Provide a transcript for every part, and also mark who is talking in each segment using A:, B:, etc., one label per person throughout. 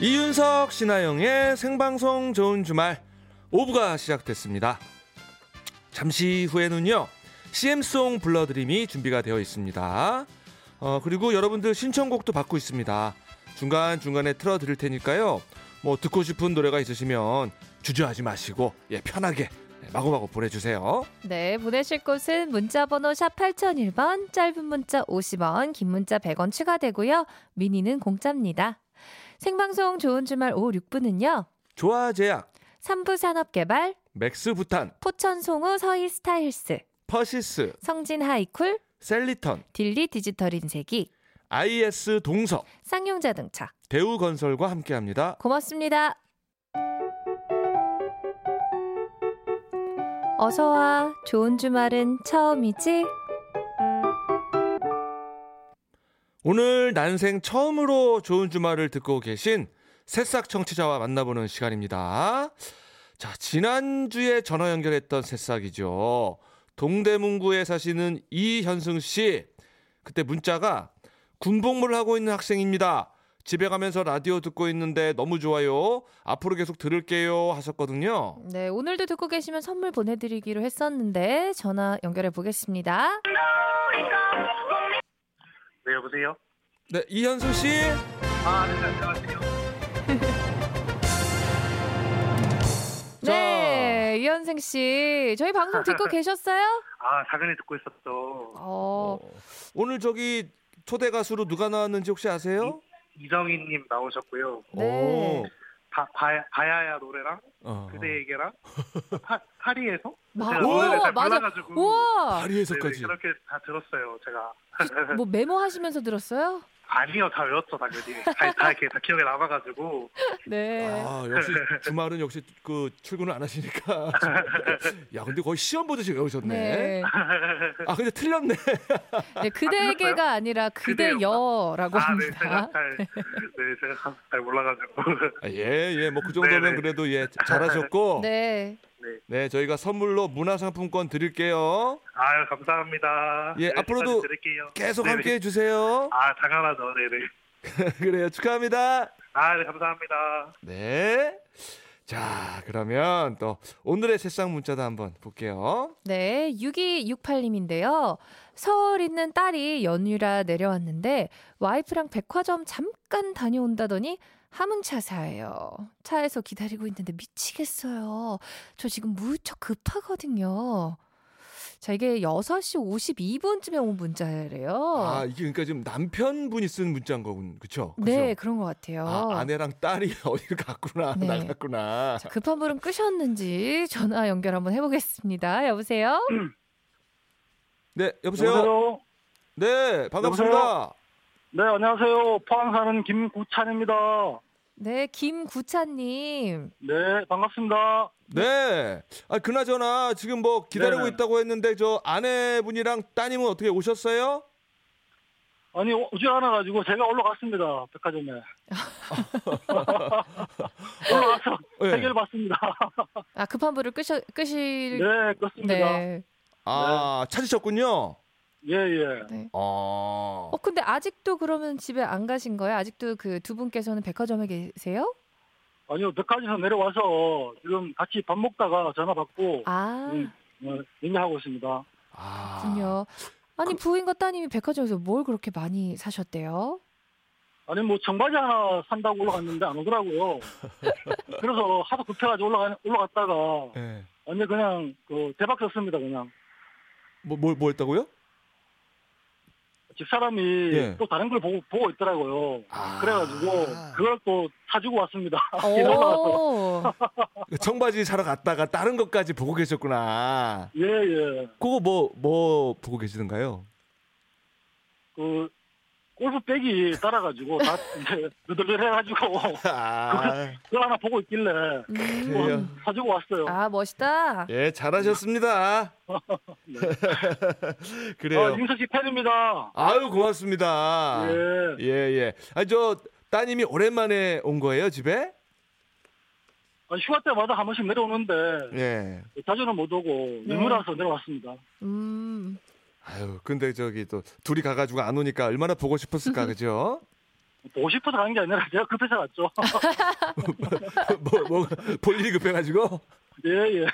A: 이윤석 신하영의 생방송 좋은 주말 5부가 시작됐습니다. 잠시 후에는요. CM송 불러드림이 준비가 되어 있습니다. 어, 그리고 여러분들 신청곡도 받고 있습니다. 중간중간에 틀어드릴 테니까요. 뭐 듣고 싶은 노래가 있으시면 주저하지 마시고 예, 편하게 마구마구 보내주세요.
B: 네, 보내실 곳은 문자번호 샵 8001번, 짧은 문자 50원, 긴 문자 100원 추가되고요. 미니는 공짜입니다. 생방송 좋은 주말 오후 6분은요.
A: 조화제약,
B: 3부 산업개발,
A: 맥스부탄,
B: 포천송우 서일스타일스,
A: 퍼시스,
B: 성진하이쿨,
A: 셀리턴,
B: 딜리 디지털 인쇄기,
A: IS 동석,
B: 쌍용자동차.
A: 대우건설과 함께합니다.
B: 고맙습니다. 어서와 좋은 주말은 처음이지?
A: 오늘 난생 처음으로 좋은 주말을 듣고 계신 새싹 청취자와 만나보는 시간입니다. 자, 지난주에 전화 연결했던 새싹이죠. 동대문구에 사시는 이현승 씨. 그때 문자가 군복무를 하고 있는 학생입니다. 집에 가면서 라디오 듣고 있는데 너무 좋아요. 앞으로 계속 들을게요. 하셨거든요.
B: 네, 오늘도 듣고 계시면 선물 보내드리기로 했었는데 전화 연결해 보겠습니다.
C: 네, 여보세요?
A: 네, 이현승 씨.
C: 아, 네, 안녕하세요.
B: 네, 이현생 씨, 저희 방송 듣고 계셨어요?
C: 아, 작은이 듣고 있었죠.
B: 어,
A: 오늘 저기 초대 가수로 누가 나왔는지 혹시 아세요?
C: 이정희님 나오셨고요.
B: 네.
A: 오.
C: 바, 바, 바야야 노래랑
A: 어.
C: 그대 얘기랑 파, 파리에서?
B: 마- 아,
C: 제가
B: 오,
C: 노래를 잘
B: 맞아.
C: 몰라가지고
B: 우와,
A: 파리에서까지.
C: 네, 그렇게 다 들었어요, 제가.
B: 뭐 메모하시면서 들었어요?
C: 아니요, 다 외웠죠, 당연히. 다, 다 이렇게 다 기억에 남아가지고.
B: 네.
A: 아 역시 주말은 역시 그 출근을 안 하시니까. 야 근데 거의 시험 보듯이 외우셨네.
B: 네.
A: 아 근데 틀렸네.
B: 네, 그대에게가 아니라 그대여라고
C: 아, 네,
B: 합니다.
C: 제가 잘, 네, 제가 잘 몰라가지고.
A: 예예 뭐 그 정도면
C: 네네.
A: 그래도 예 잘하셨고. 네.
B: 네.
A: 저희가 선물로 문화상품권 드릴게요.
C: 아유, 감사합니다.
A: 예,
C: 네,
A: 앞으로도
C: 드릴게요.
A: 계속
C: 네네.
A: 함께해 주세요.
C: 아, 당연하죠, 네네.
A: 그래요 축하합니다.
C: 아, 네, 감사합니다.
A: 네. 자 그러면 또 오늘의 새싹 문자도 한번 볼게요.
B: 네, 6268님인데요. 서울 있는 딸이 연휴라 내려왔는데 와이프랑 백화점 잠깐 다녀온다더니 함흥차사예요. 차에서 기다리고 있는데 미치겠어요. 저 지금 무척 급하거든요. 자, 이게 6시 52분쯤에 온 문자래요.
A: 아 이게 그러니까 지금 남편분이 쓴 문자인 거군 그쵸? 그쵸?
B: 네, 그런 것 같아요.
A: 아, 아내랑 딸이 어디를 갔구나
B: 네.
A: 나갔구나.
B: 자, 급한 불은 끄셨는지 전화 연결 한번 해보겠습니다. 여보세요?
A: 네 여보세요. 네 반갑습니다.
C: 네, 안녕하세요. 포항 사는 김구찬입니다.
B: 네, 김구차님.
C: 네, 반갑습니다.
A: 네. 아 그나저나 지금 뭐 기다리고
C: 네네.
A: 있다고 했는데 저 아내분이랑 따님은 어떻게 오셨어요?
C: 아니, 오지 않아가지고 제가 올라갔습니다. 백화점에.
B: 네.
C: 올라가서
A: 네.
C: 해결 봤습니다.
B: 아, 급한 불을 끄셔, 끄실
C: 네, 그렇습니다.
B: 네.
A: 아 찾으셨군요.
C: 예, 예.
A: 아.
B: 어 근데 아직도 그러면 집에 안 가신 거예요? 아직도 그 두 분께서는 백화점에 계세요?
C: 아니요, 백화점에서 내려와서 지금 같이 밥 먹다가 전화 받고
B: 아,
C: 음. 어, 얘기하고 있습니다.
A: 아.
B: 그렇군요. 아니 부인과 따님이 백화점에서 뭘 그렇게 많이 사셨대요?
C: 아니, 뭐, 청바지 하나 산다고 올라갔는데 안 오더라고요. 그래서 하도 급해가지고 올라가, 올라갔다가
A: 네.
C: 완전 그냥 그 대박 쳤습니다 그냥
A: 뭐뭘 뭐였다고요?
C: 집사람이
A: 예.
C: 또 다른 걸 보고 보고 있더라고요
A: 아.
C: 그래가지고 그걸 또 사주고 왔습니다
B: 오,
A: 청바지 사러 갔다가 다른 것까지 보고 계셨구나.
C: 예예
A: 그거 뭐 뭐 보고 계시는가요?
C: 그 골프백이 따라가지고 다 이제 느들느들해가지고
A: 아.
C: 그걸 하나 보고 있길래 뭐
A: 그래요?
B: 음.
C: 사주고 왔어요
B: 아 멋있다.
A: 예, 잘하셨습니다. 네.
C: 아,
A: 그래요.
C: 윤석 씨 어, 팬입니다
A: 아유, 고맙습니다.
C: 예.
A: 예, 예. 아, 저 따님이 오랜만에 온 거예요, 집에?
C: 아, 휴가 때마다 한 번씩 내려오는데
A: 예.
C: 자주는 못 오고
B: 네.
C: 유무라서 내려왔습니다
B: 음,
A: 아유, 근데 저기 또 둘이 가가지고 안 오니까 얼마나 보고 싶었을까, 그죠?
C: 보고 싶어서 간 게 아니라 제가 급해서 갔죠.
A: 뭐, 뭐, 볼 일이 급해가지고.
C: 예, 예.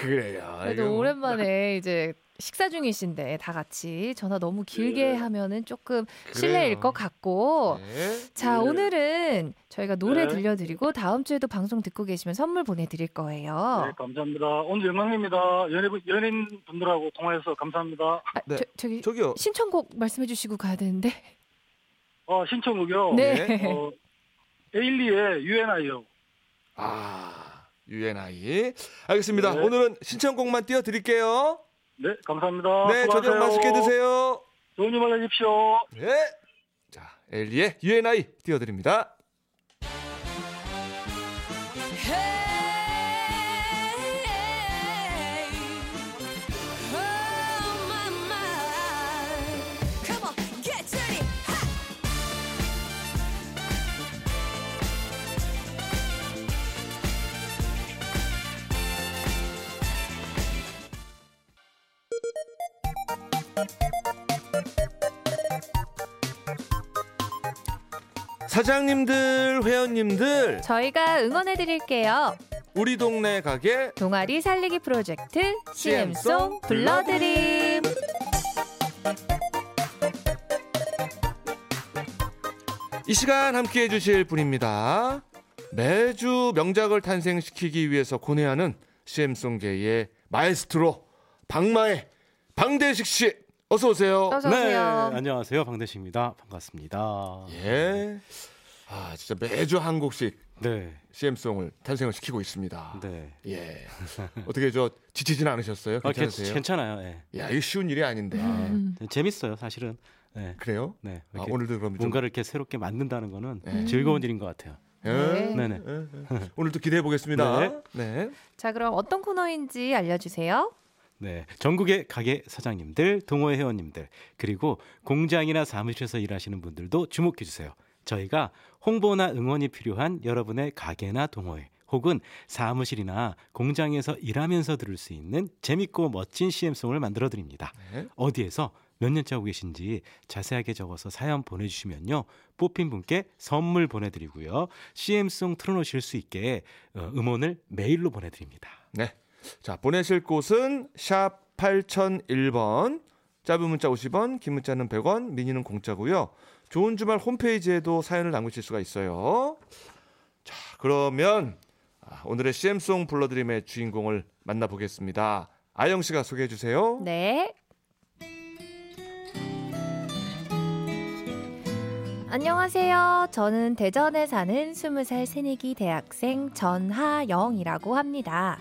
A: 그래요. 이거
B: 그래도
A: 뭐.
B: 오랜만에 이제 식사 중이신데 다 같이 전화 너무 길게
C: 예.
B: 하면은 조금
A: 네. 그래요.
B: 실례일 것 같고.
A: 네.
B: 자,
C: 예.
B: 오늘은 저희가 노래
C: 네.
B: 들려드리고 다음 주에도 방송 듣고 계시면 선물 보내드릴 거예요.
C: 네, 감사합니다. 오늘 영광입니다. 연예인, 연예인 분들하고 통화해서 감사합니다.
B: 아,
A: 네.
B: 저, 저기
A: 저기요.
B: 신청곡 말씀해 주시고 가야 되는데.
C: 어, 신청곡이요.
B: 네.
C: 어, 에일리의 UNI요.
A: 아, UNI. 알겠습니다.
C: 네.
A: 오늘은 신청곡만 띄워드릴게요.
C: 네, 감사합니다.
A: 네, 저녁
C: 수고하세요.
A: 맛있게 드세요.
C: 좋은 주말 되십시오.
A: 네. 자, 엘리의 UNI 띄워드립니다. 사장님들, 회원님들,
B: 저희가 응원해 드릴게요.
A: 우리 동네 가게
B: 동아리 살리기 프로젝트 CM송
A: CM송
B: 불러드림.
A: 이 시간 함께 해주실 분입니다. 매주 명작을 탄생시키기 위해서 고뇌하는 CM송계의 마에스트로 박마의 방대식 씨 어서 오세요.
B: 어서 오세요.
D: 네, 안녕하세요. 방대식입니다. 반갑습니다.
A: 예. 아 진짜 매주 한 곡씩
D: 네.
A: CM송을 탄생을 시키고 있습니다.
D: 네.
A: 예. 어떻게 저 지치진 않으셨어요?
D: 아, 괜-
A: 괜찮으세요?
D: 괜찮아요. 예.
A: 야, 이거 쉬운 일이 아닌데.
D: 재밌어요, 사실은. 네.
A: 그래요?
D: 네.
A: 아,
D: 이렇게
A: 오늘도 그럼 좀
D: 뭔가를 이렇게 새롭게 만든다는 거는
A: 네.
D: 즐거운 일인 것 같아요.
A: 예.
D: 네네.
A: 예, 예. 오늘도 기대해 보겠습니다. 네.
B: 자, 그럼 어떤 코너인지 알려주세요.
D: 네. 전국의 가게 사장님들, 동호회 회원님들, 그리고 공장이나 사무실에서 일하시는 분들도 주목해 주세요. 저희가 홍보나 응원이 필요한 여러분의 가게나 동호회 혹은 사무실이나 공장에서 일하면서 들을 수 있는 재밌고 멋진 CM송을 만들어 드립니다.
A: 네.
D: 어디에서 몇 년째 하고 계신지 자세하게 적어서 사연 보내주시면요. 뽑힌 분께 선물 보내드리고요. CM송 틀어놓으실 수 있게 어, 음원을 메일로 보내드립니다.
A: 네. 자, 보내실 곳은 샵 8001번. 짧은 문자 50원, 긴 문자는 100원, 미니는 공짜고요. 좋은 주말 홈페이지에도 사연을 남기실 수가 있어요. 자, 그러면 아, 오늘의 CM송 불러드림의 주인공을 만나보겠습니다. 아영 씨가 소개해 주세요.
B: 네. 안녕하세요. 저는 대전에 사는 20살 새내기 대학생 전하영이라고 합니다.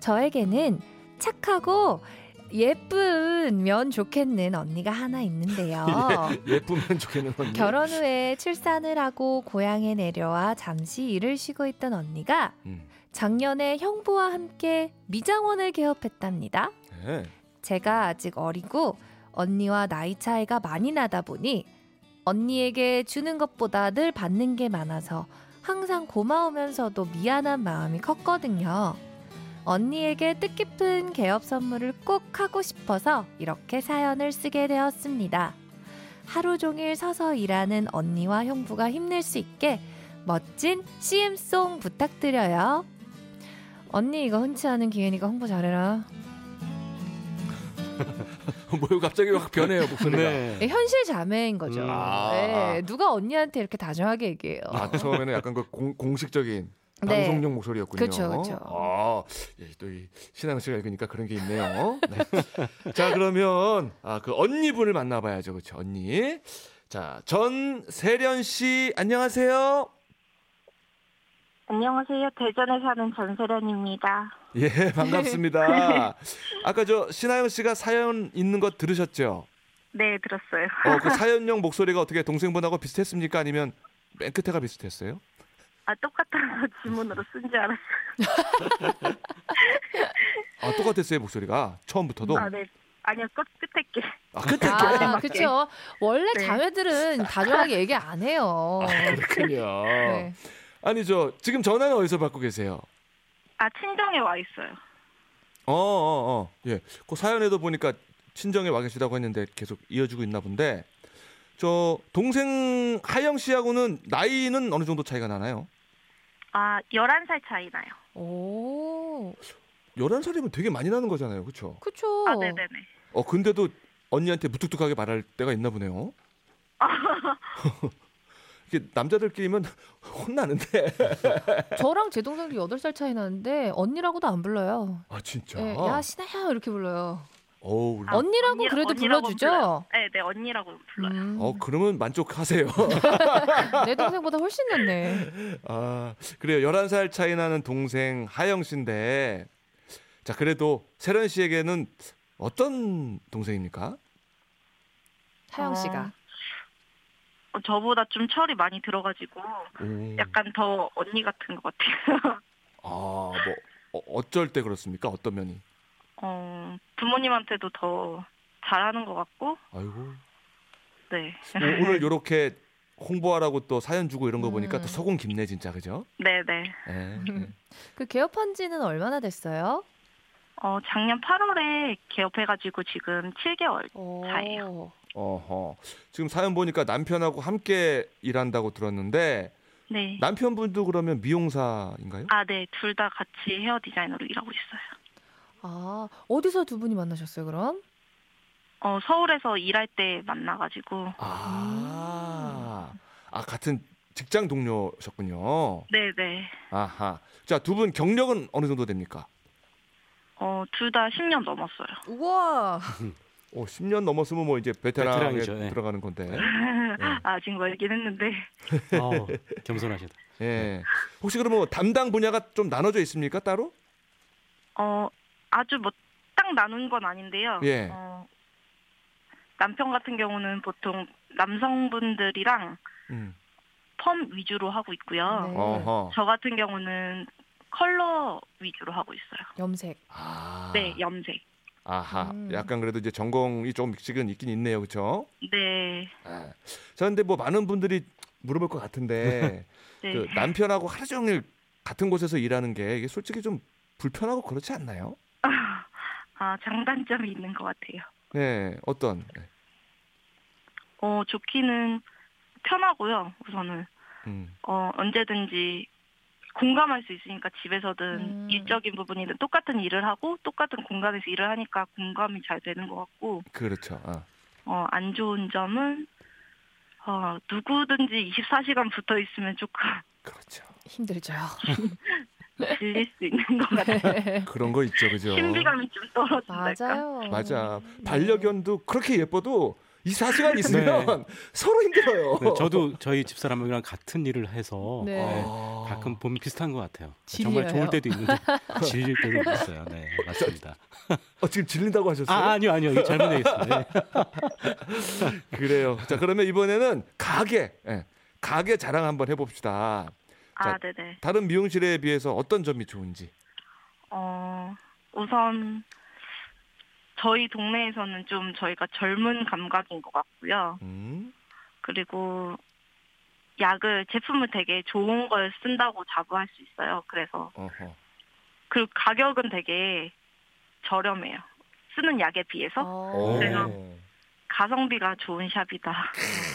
B: 저에게는 착하고 예쁘면 좋겠는 언니가 하나 있는데요.
A: 예쁘면 좋겠는 건데.
B: 결혼 후에 출산을 하고 고향에 내려와 잠시 일을 쉬고 있던 언니가
A: 음.
B: 작년에 형부와 함께 미장원을 개업했답니다.
A: 네.
B: 제가 아직 어리고 언니와 나이 차이가 많이 나다 보니 언니에게 주는 것보다 늘 받는 게 많아서 항상 고마우면서도 미안한 마음이 컸거든요. 언니에게 뜻깊은 개업 선물을 꼭 하고 싶어서 이렇게 사연을 쓰게 되었습니다. 하루 종일 서서 일하는 언니와 형부가 힘낼 수 있게 멋진 CM송 부탁드려요. 언니 이거 흔치 않은 기회니까 홍보 잘해라.
A: 뭐요? 갑자기 확 변해요 목소리가.
B: 네, 현실 자매인 거죠.
D: 음.
A: 아.
B: 네, 누가 언니한테 이렇게 다정하게 얘기해요.
A: 아 처음에는 약간 그 공, 공식적인 방송용 목소리였군요.
B: 네. 그쵸, 그쵸.
A: 아, 예, 또이 신앙 씨가 읽으니까 그런 게 있네요. 네. 자 그러면 아 그 언니분을 만나봐야죠, 그렇죠? 언니. 자 전세련 씨 안녕하세요.
E: 안녕하세요. 대전에 사는 전세련입니다.
A: 예 반갑습니다. 아까 저 신하영 씨가 사연 있는 것 들으셨죠?
E: 네, 들었어요.
A: 어그 사연용 목소리가 어떻게 동생분하고 비슷했습니까? 아니면 맨 끝에가 비슷했어요?
E: 아, 똑같아서 지문으로 쓴 줄 알았어요.
A: 아 똑같았어요 목소리가 처음부터도.
E: 아, 네. 아니요, 끝, 끝에 게.
A: 아 끝에
B: 아, 그쵸. 원래
E: 네.
B: 자매들은 다정하게 얘기 안 해요.
A: 아, 그렇군요.
B: 네.
A: 아니 저 지금 전화는 어디서 받고 계세요?
E: 아, 친정에 와 있어요.
A: 어, 어, 어. 예. 그 사연에도 보니까 친정에 와 계시다고 했는데 계속 이어지고 있나 본데 저 동생 하영 씨하고는 나이는 어느 정도 차이가 나나요?
E: 아, 11살 차이 나요.
B: 오,
A: 11살이면 되게 많이 나는 거잖아요. 그렇죠?
B: 그쵸.
E: 아, 네네네.
A: 어 근데도 언니한테 무뚝뚝하게 말할 때가 있나 보네요. 이게 남자들끼리면 혼나는데.
B: 저랑 제 동생도 여덟 살 차이 나는데 언니라고도 안 불러요.
A: 아 진짜.
B: 예, 야 신아야 이렇게 불러요.
A: 어우, 우리-
E: 아,
B: 언니라고
E: 언니-
B: 그래도
E: 언니라고
B: 불러주죠.
E: 불러요. 네, 네, 언니라고 불러요.
B: 음,
A: 어 그러면 만족하세요.
B: 내 동생보다 훨씬 낫네.
A: 아 그래요. 11살 차이 나는 동생 하영 씨인데 자 그래도 세련 씨에게는 어떤 동생입니까?
B: 하영
E: 아.
B: 씨가.
E: 어, 저보다 좀 철이 많이 들어가지고
A: 오.
E: 약간 더 언니 같은 것 같아요.
A: 아뭐 어, 어쩔 때 그렇습니까? 어떤 면이?
E: 어, 부모님한테도 더 잘하는 것 같고,
A: 아이고
E: 네.
A: 오- 오늘 요렇게 홍보하라고 또 사연 주고 이런 거 보니까
B: 음.
A: 또 서공 깊네 진짜 그죠?
E: 네네.
A: 예, 예.
B: 그 개업한 지는 얼마나 됐어요?
E: 어, 작년 8월에 개업해가지고 지금 7개월.
B: 오.
E: 다예요.
A: 어허. 지금 사연 보니까 남편하고 함께 일한다고 들었는데
E: 네.
A: 남편분도 그러면 미용사인가요?
E: 아, 네. 둘 다 같이 헤어 디자이너로 일하고 있어요.
B: 아 어디서 두 분이 만나셨어요 그럼?
E: 어, 서울에서 일할 때 만나가지고.
A: 아. 아, 같은 직장 동료셨군요.
E: 네네.
A: 아하. 자, 두 분 경력은 어느 정도 됩니까?
E: 어, 둘 다 10년 넘었어요.
B: 우와.
A: 오, 10년 넘었으면 뭐 이제 베테랑에
D: 베테랑이죠, 예.
A: 들어가는 건데.
E: 아직 멀긴 했는데.
B: 네.
D: 어, 겸손하시다.
A: 예. 혹시 그러면 뭐 담당 분야가 좀 나눠져 있습니까, 따로?
E: 어, 아주 뭐 딱 나눈 건 아닌데요.
A: 예.
E: 어, 남편 같은 경우는 보통 남성분들이랑
A: 음.
E: 펌 위주로 하고 있고요.
B: 네.
A: 어허.
E: 저 같은 경우는 컬러 위주로 하고 있어요.
B: 염색.
A: 아.
E: 네, 염색.
A: 아하.
B: 음.
A: 약간 그래도 이제 전공이 조금씩은 있긴 있네요. 그렇죠?
E: 네,
A: 아, 자, 근데 뭐 많은 분들이 물어볼 것 같은데
E: 네.
A: 그 남편하고 하루 종일 같은 곳에서 일하는 게 이게 솔직히 좀 불편하고 그렇지 않나요?
E: 아, 장단점이 있는 것 같아요.
A: 네, 어떤? 네.
E: 어, 좋기는 편하고요, 우선은.
A: 음.
E: 어, 언제든지 공감할 수 있으니까 집에서든
B: 음.
E: 일적인 부분이든 똑같은 일을 하고 똑같은 공간에서 일을 하니까 공감이 잘 되는 것 같고,
A: 그렇죠. 아.
E: 어, 안 좋은 점은, 어, 누구든지 24시간 붙어 있으면 조금
A: 그렇죠.
B: 힘들죠. 네.
E: 질릴 수 있는 것 같아요.
D: 네.
A: 그런 거 있죠, 그죠?
E: 신비감이 좀 떨어진다.
B: 맞아요.
A: 맞아.
B: 음.
A: 반려견도 그렇게 예뻐도 24시간 있으면 서로 힘들어요.
D: 네, 저도 저희 집사람이랑 같은 일을 해서
B: 네.
D: 네,
A: 아.
D: 가끔 보면 비슷한 것 같아요. 정말
B: 질려요.
D: 좋을 때도 있는데 질릴 때도 있어요. 네, 맞습니다.
A: 어, 지금 질린다고 하셨어요?
D: 아, 아니요, 아니요. 이거 잘못 얘기했어요. 네. 아.
A: 그래요. 자, 그러면 이번에는 가게. 예. 가게 자랑 한번 해 봅시다.
E: 아, 네네.
A: 다른 미용실에 비해서 어떤 점이 좋은지.
E: 어, 우선 저희 동네에서는 좀 저희가 젊은 감각인 것 같고요.
A: 음.
E: 그리고 약을 제품을 되게 좋은 걸 쓴다고 자부할 수 있어요. 그래서
A: 어허.
E: 그리고 가격은 되게 저렴해요. 쓰는 약에 비해서
A: 오.
B: 어.
E: 그래서- 가성비가 좋은 샵이다.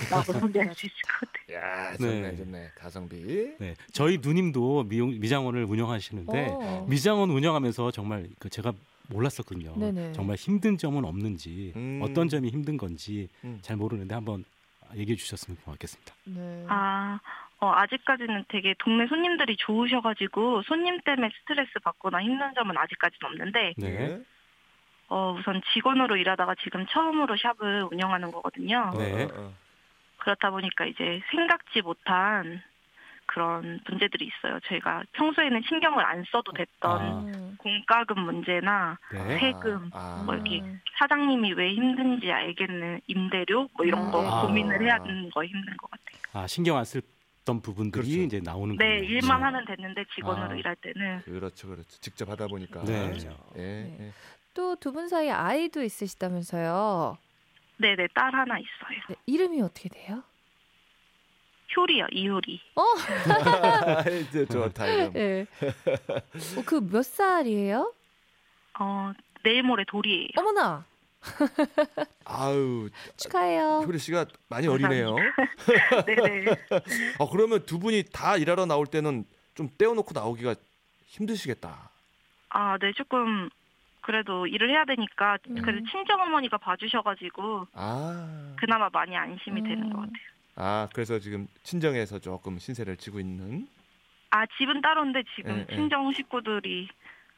E: 라고 소개할 수 있을 것 같아요.
A: 야, 좋네,
D: 네.
A: 좋네. 가성비.
D: 네, 저희 누님도 미용 미장원을
A: 네.
D: 운영하시는데
B: 어.
D: 미장원 운영하면서 정말 그 제가 몰랐었거든요.
B: 네네.
D: 정말 힘든 점은 없는지
A: 음.
D: 어떤 점이 힘든 건지
A: 음.
D: 잘 모르는데 한번 얘기해 주셨으면 고맙겠습니다.
B: 네.
E: 아, 어, 아직까지는 되게 동네 손님들이 좋으셔가지고 손님 때문에 스트레스 받거나 힘든 점은 아직까지는 없는데
D: 네.
E: 어, 우선 직원으로 일하다가 지금 처음으로 샵을 운영하는 거거든요.
D: 네.
A: 어, 어, 어.
E: 그렇다 보니까 이제 생각지 못한 그런 문제들이 있어요. 저희가 평소에는 신경을 안 써도 됐던
D: 아.
B: 음.
E: 공과금 문제나
D: 네.
E: 세금,
A: 아,
E: 뭐 이렇게 사장님이 왜 힘든지 알겠는 임대료 뭐 이런 거
D: 아.
E: 고민을 해야 하는 거 힘든 것 같아요.
D: 아, 신경 안 쓸던 부분들이
A: 그렇죠.
D: 이제 나오는
E: 네,
D: 거예요.
E: 일만 하면 됐는데 직원으로
D: 아.
E: 일할 때는
A: 그렇죠, 그렇죠. 직접 하다 보니까.
D: 네.
A: 예, 예.
B: 또두 분 사이 아이도 있으시다면서요.
E: 네네 딸 하나 있어요.
B: 네, 이름이 어떻게 돼요?
E: 효리요, 이효리.
A: 아, 이제 좋다 이거.
B: 네. 어, 그 몇 살이에요?
E: 어 내일 모레 돌이에요.
B: 어머나.
A: 아유,
B: 축하해요.
A: 효리 씨가 많이
B: 아,
A: 어리네요.
E: 네네.
A: 아, 그러면 두 분이 다 일하러 나올 때는 좀 떼어놓고 나오기가 힘드시겠다.
E: 아, 네, 조금 그래도 일을 해야 되니까
B: 음.
E: 그래도 친정 어머니가 봐주셔가지고
A: 아,
E: 그나마 많이 안심이 되는
B: 음.
E: 것 같아요.
A: 아, 그래서 지금 친정에서 조금 신세를 지고 있는.
E: 아, 집은 따로인데 지금
A: 예, 예.
E: 친정 식구들이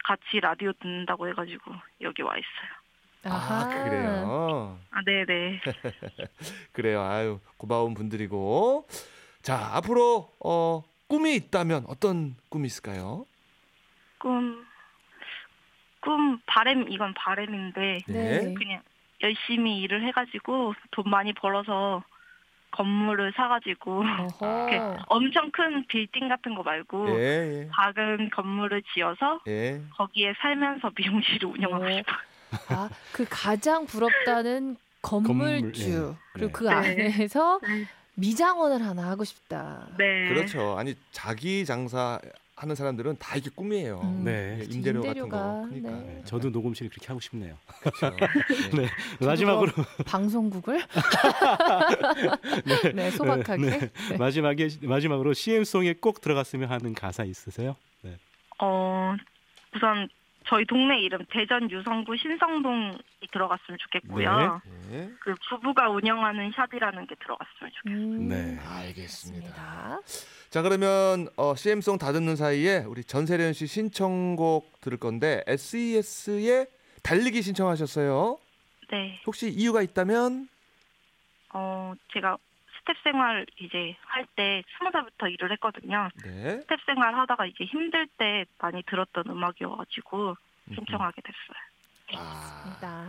E: 같이 라디오 듣는다고 해가지고 여기 와 있어요.
A: 아,
B: 아하.
A: 그래요.
E: 아, 네네.
A: 그래요. 아유, 고마운 분들이고. 자, 앞으로 어, 꿈이 있다면 어떤 꿈이 있을까요?
E: 꿈, 꿈, 바램, 이건 바램인데
B: 네.
E: 그냥 열심히 일을 해가지고 돈 많이 벌어서 건물을 사가지고 이렇게
B: 어허.
E: 엄청 큰 빌딩 같은 거
A: 예,
E: 말고
A: 예.
E: 작은 건물을 지어서
A: 예.
E: 거기에 살면서 미용실을 운영하고
B: 오.
E: 싶어요.
B: 아, 그 가장 부럽다는 건물주
A: 예.
D: 건물,
B: 그리고
D: 네.
B: 그
E: 네.
B: 안에서 미장원을 하나 하고 싶다.
E: 네.
A: 그렇죠. 아니 자기 장사 하는 사람들은 다 이게 꿈이에요.
B: 음.
D: 네.
A: 예, 임대료 같은 거.
B: 임대료가,
A: 그러니까.
B: 네.
D: 네, 저도 녹음실 그렇게 하고 싶네요.
A: 그렇죠. 네.
D: 네. 마지막으로
B: 방송국을 네, 소박하게
D: 네, 네. 마지막에 마지막으로 CM 송에 꼭 들어갔으면 하는 가사 있으세요? 네.
E: 어, 우선 저희 동네 이름 대전 유성구 신성동이 들어갔으면 좋겠고요.
A: 예.
E: 그 부부가 운영하는 샵이라는 게 들어갔으면 좋겠어요.
B: 음,
D: 네.
A: 알겠습니다.
B: 좋습니다.
A: 자 그러면 어, CM송 다 듣는 사이에 우리 전세련 씨 신청곡 들을 건데 SES의 달리기 신청하셨어요.
E: 네.
A: 혹시 이유가 있다면
E: 어, 제가 스텝 생활 이제 할 때 스무 살부터 일을 했거든요.
A: 네.
E: 스텝 생활 하다가 이제 힘들 때 많이 들었던 음악이어가지고 신청하게 됐어요.
A: 아,
B: 좋습니다.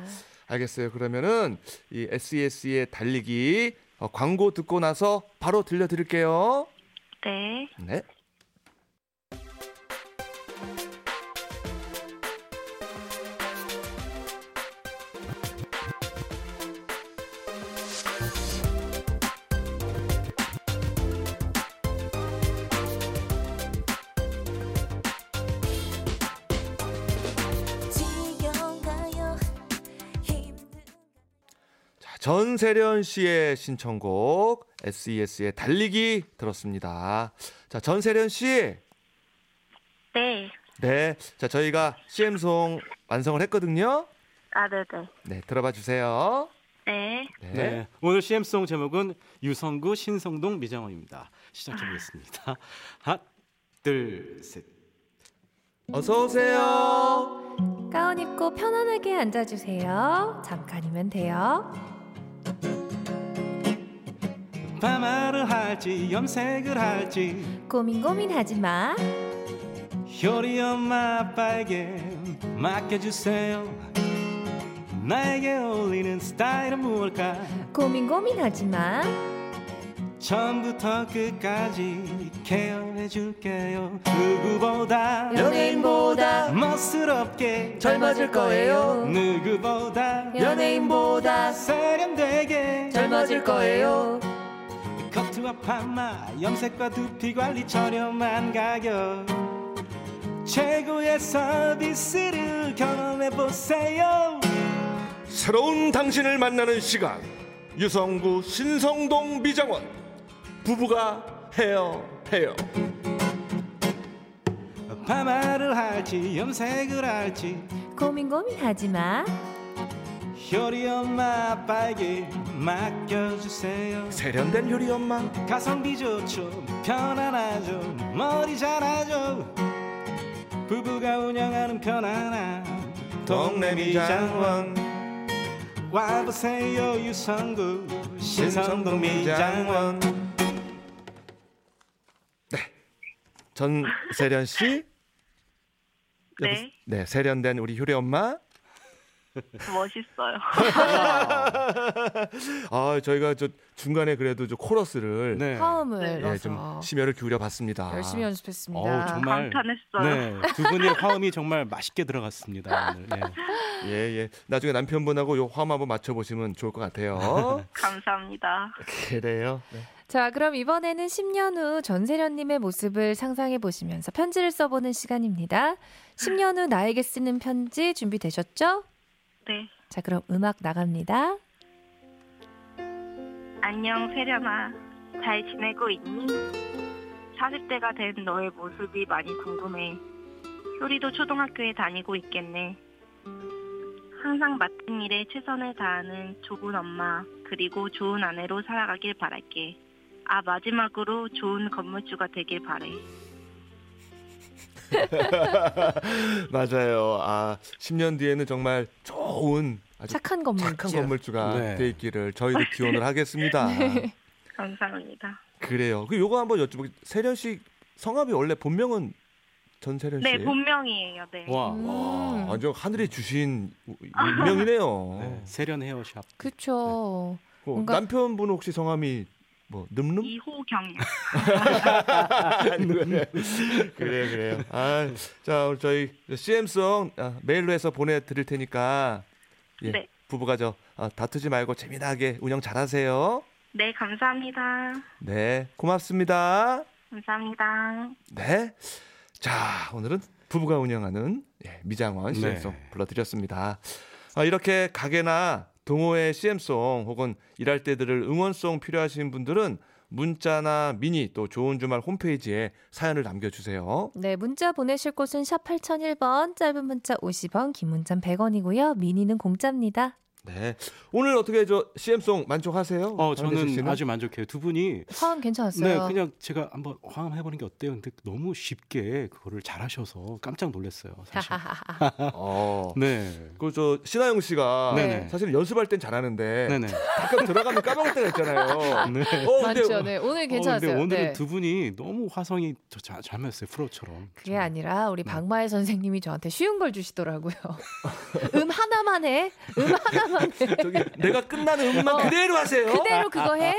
A: 알겠어요. 그러면은 이 SES의 달리기 어, 광고 듣고 나서 바로 들려드릴게요.
E: 네.
A: 네.
F: 지겨운가요? 힘든
A: 자, 전세련 씨의 신청곡 SES의 달리기 들었습니다. 자, 전세련 씨.
E: 네.
A: 네. 자, 저희가 CM송 완성을 했거든요.
E: 아, 네네.
A: 네, 들어봐 주세요.
E: 네.
A: 네.
D: 네. 오늘 CM 송 제목은 유성구 신성동 미장원입니다. 시작해 보겠습니다. 하나, 둘, 셋.
A: 어서 오세요.
B: 가운 입고 편안하게 앉아주세요. 잠깐이면 돼요.
D: 파마를 할지 염색을 할지
B: 고민 고민하지 마.
D: 효리 엄마 아빠에게 맡겨주세요. 나에게 어울리는 스타일은 무엇일까?
B: 고민 고민하지 마.
D: 처음부터 끝까지 케어해 줄게요. 누구보다
B: 연예인보다
D: 멋스럽게
B: 잘 맞을 거예요.
D: 누구보다
B: 연예인보다
D: 세련되게
B: 잘 맞을 거예요.
D: 커트와 파마 염색과 두피 관리 저렴한 가격 최고의 서비스를 경험해 보세요
A: 새로운 당신을 만나는 시간. 유성구 신성동 미장원 부부가 헤어 헤어.
D: 파마를 할지 염색을 할지
B: 고민 고민하지 마.
D: 효리 엄마 아빠에게 맡겨주세요
A: 세련된 효리 엄마.
D: 가성비 좋죠 편안하죠 머리 잘하죠 부부가 운영하는 편안한
A: 동네 미장원.
D: 와보세요 유성구 신성동
A: 신성동 미장원.
D: 미장원
A: 네. 전세련 씨.
E: 네.
A: 네, 세련된 우리 효리 엄마.
E: 멋있어요.
A: 아, 저희가 저 중간에 그래도 저 코러스를
D: 네. 아.
B: 화음을
A: 예,
B: 넣어서
A: 좀 심혈을 기울여 봤습니다.
B: 열심히 연습했습니다.
D: 어우, 정말
E: 감탄했어요.
D: 네, 두 분의 화음이 정말 맛있게 들어갔습니다. 오늘. 네.
B: 아,
A: 예, 예. 나중에 남편분하고 요 화음 한번 맞춰 보시면 좋을 것 같아요.
E: 감사합니다.
A: 그래요.
B: 네. 자, 그럼 이번에는 10년 후 전세련님의 모습을 상상해 보시면서 편지를 써보는 시간입니다. 10년 후 나에게 쓰는 편지 준비되셨죠?
E: 네.
B: 자, 그럼 음악 나갑니다.
E: 안녕 세련아 잘 지내고 있니? 40대가 된 너의 모습이 많이 궁금해 효리도 초등학교에 다니고 있겠네 항상 맡은 일에 최선을 다하는 좋은 엄마 그리고 좋은 아내로 살아가길 바랄게 아 마지막으로 좋은 건물주가 되길 바래
A: 맞아요. 아, 10년 뒤에는 정말 좋은 아주
B: 착한 건물.
A: 착한 건물주가
D: 네.
A: 돼 있기를 저희도 기원을 하겠습니다.
B: 네.
E: 감사합니다
A: 그래요. 그 요거 한번 여쭤보게. 세련 씨 성함이 원래 본명은 전세련 씨.
E: 네 본명이에요 네
D: 와.
A: 와,
B: 음,
A: 완전 하늘이 주신
E: 아.
A: 운명이네요.
D: 네, 세련 헤어샵.
B: 그쵸.
A: 어,
B: 뭔가-
A: 남편분 혹시 성함이 뭐 늠름?
E: 이호경
A: 그래 그래요 그래요 아자 오늘 저희 CM송 아, 메일로 해서 보내드릴 테니까 예,
E: 네.
A: 부부가 저 아, 다투지 말고 재미나게 운영 잘하세요
E: 네 감사합니다
A: 네 고맙습니다
E: 감사합니다
A: 네자 오늘은 부부가 운영하는 예, 미장원
D: 네.
A: CM송 불러드렸습니다 아, 이렇게 가게나 동호회 CM송 혹은 일할 때 들을 응원송 필요하신 분들은 문자나 미니 또 좋은 주말 홈페이지에 사연을 남겨주세요.
B: 네, 문자 보내실 곳은 샵 8001번, 짧은 문자 50원, 긴 문자 100원이고요. 미니는 공짜입니다.
A: 네. 오늘 어떻게 저 CM송 만족하세요?
D: 어,
A: 황재석
D: 저는
A: 씨는?
D: 아주 만족해요. 두 분이
B: 화음 괜찮았어요.
D: 네, 그냥 제가 한번 화음 해보는 게 어때요? 근데 너무 쉽게 그거를 잘하셔서 깜짝 놀랐어요. 사실.
A: 어.
D: 네.
A: 그저 신하영 씨가
D: 네네.
A: 사실 연습할 땐 잘하는데
D: 네네.
A: 가끔 들어가면 까먹을 때가 있잖아요.
D: 네.
A: 어, 근데
B: 맞죠. 네, 오늘 괜찮았어요.
D: 어, 근데 오늘은
B: 네.
D: 두 분이 너무 화성이 저- 잘, 잘 맞았어요. 프로처럼.
B: 그게 아니라 우리 박마혜 선생님이 저한테 쉬운 걸 주시더라고요. 음 하나만 해. 음 하나만 해.
A: 저기 내가 끝나는 음만
B: 어.
A: 그대로 하세요.
B: 그대로 그거 해.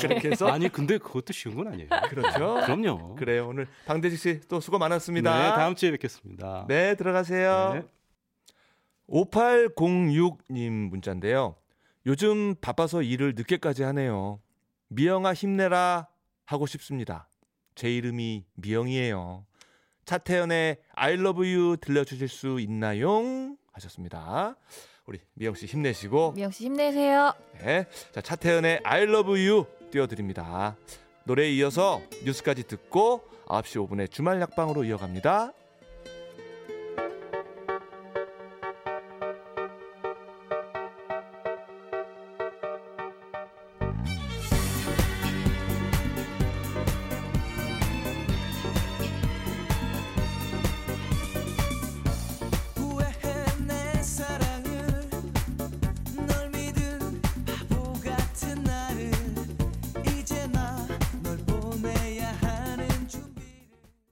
A: 그렇게 해서
D: 아니 근데 그것도 쉬운 건 아니에요.
A: 그렇죠.
D: 그럼요.
A: 그래요. 오늘 방대식 씨 또 수고
D: 네,
A: 많았습니다.
D: 다음 주에 뵙겠습니다.
A: 네, 들어가세요.
D: 네.
A: 5806님 문자인데요. 요즘 바빠서 일을 늦게까지 하네요. 미영아 힘내라 하고 싶습니다. 제 이름이 미영이에요. 차태현의 I love you 들려주실 수 있나요? 하셨습니다. 우리 미영 씨 힘내시고
B: 미영 씨 네, 힘내세요.
A: 네. 자, 차태현의 I love you 띄워드립니다. 노래에 이어서 뉴스까지 듣고 9시 5분에 주말 약방으로 이어갑니다.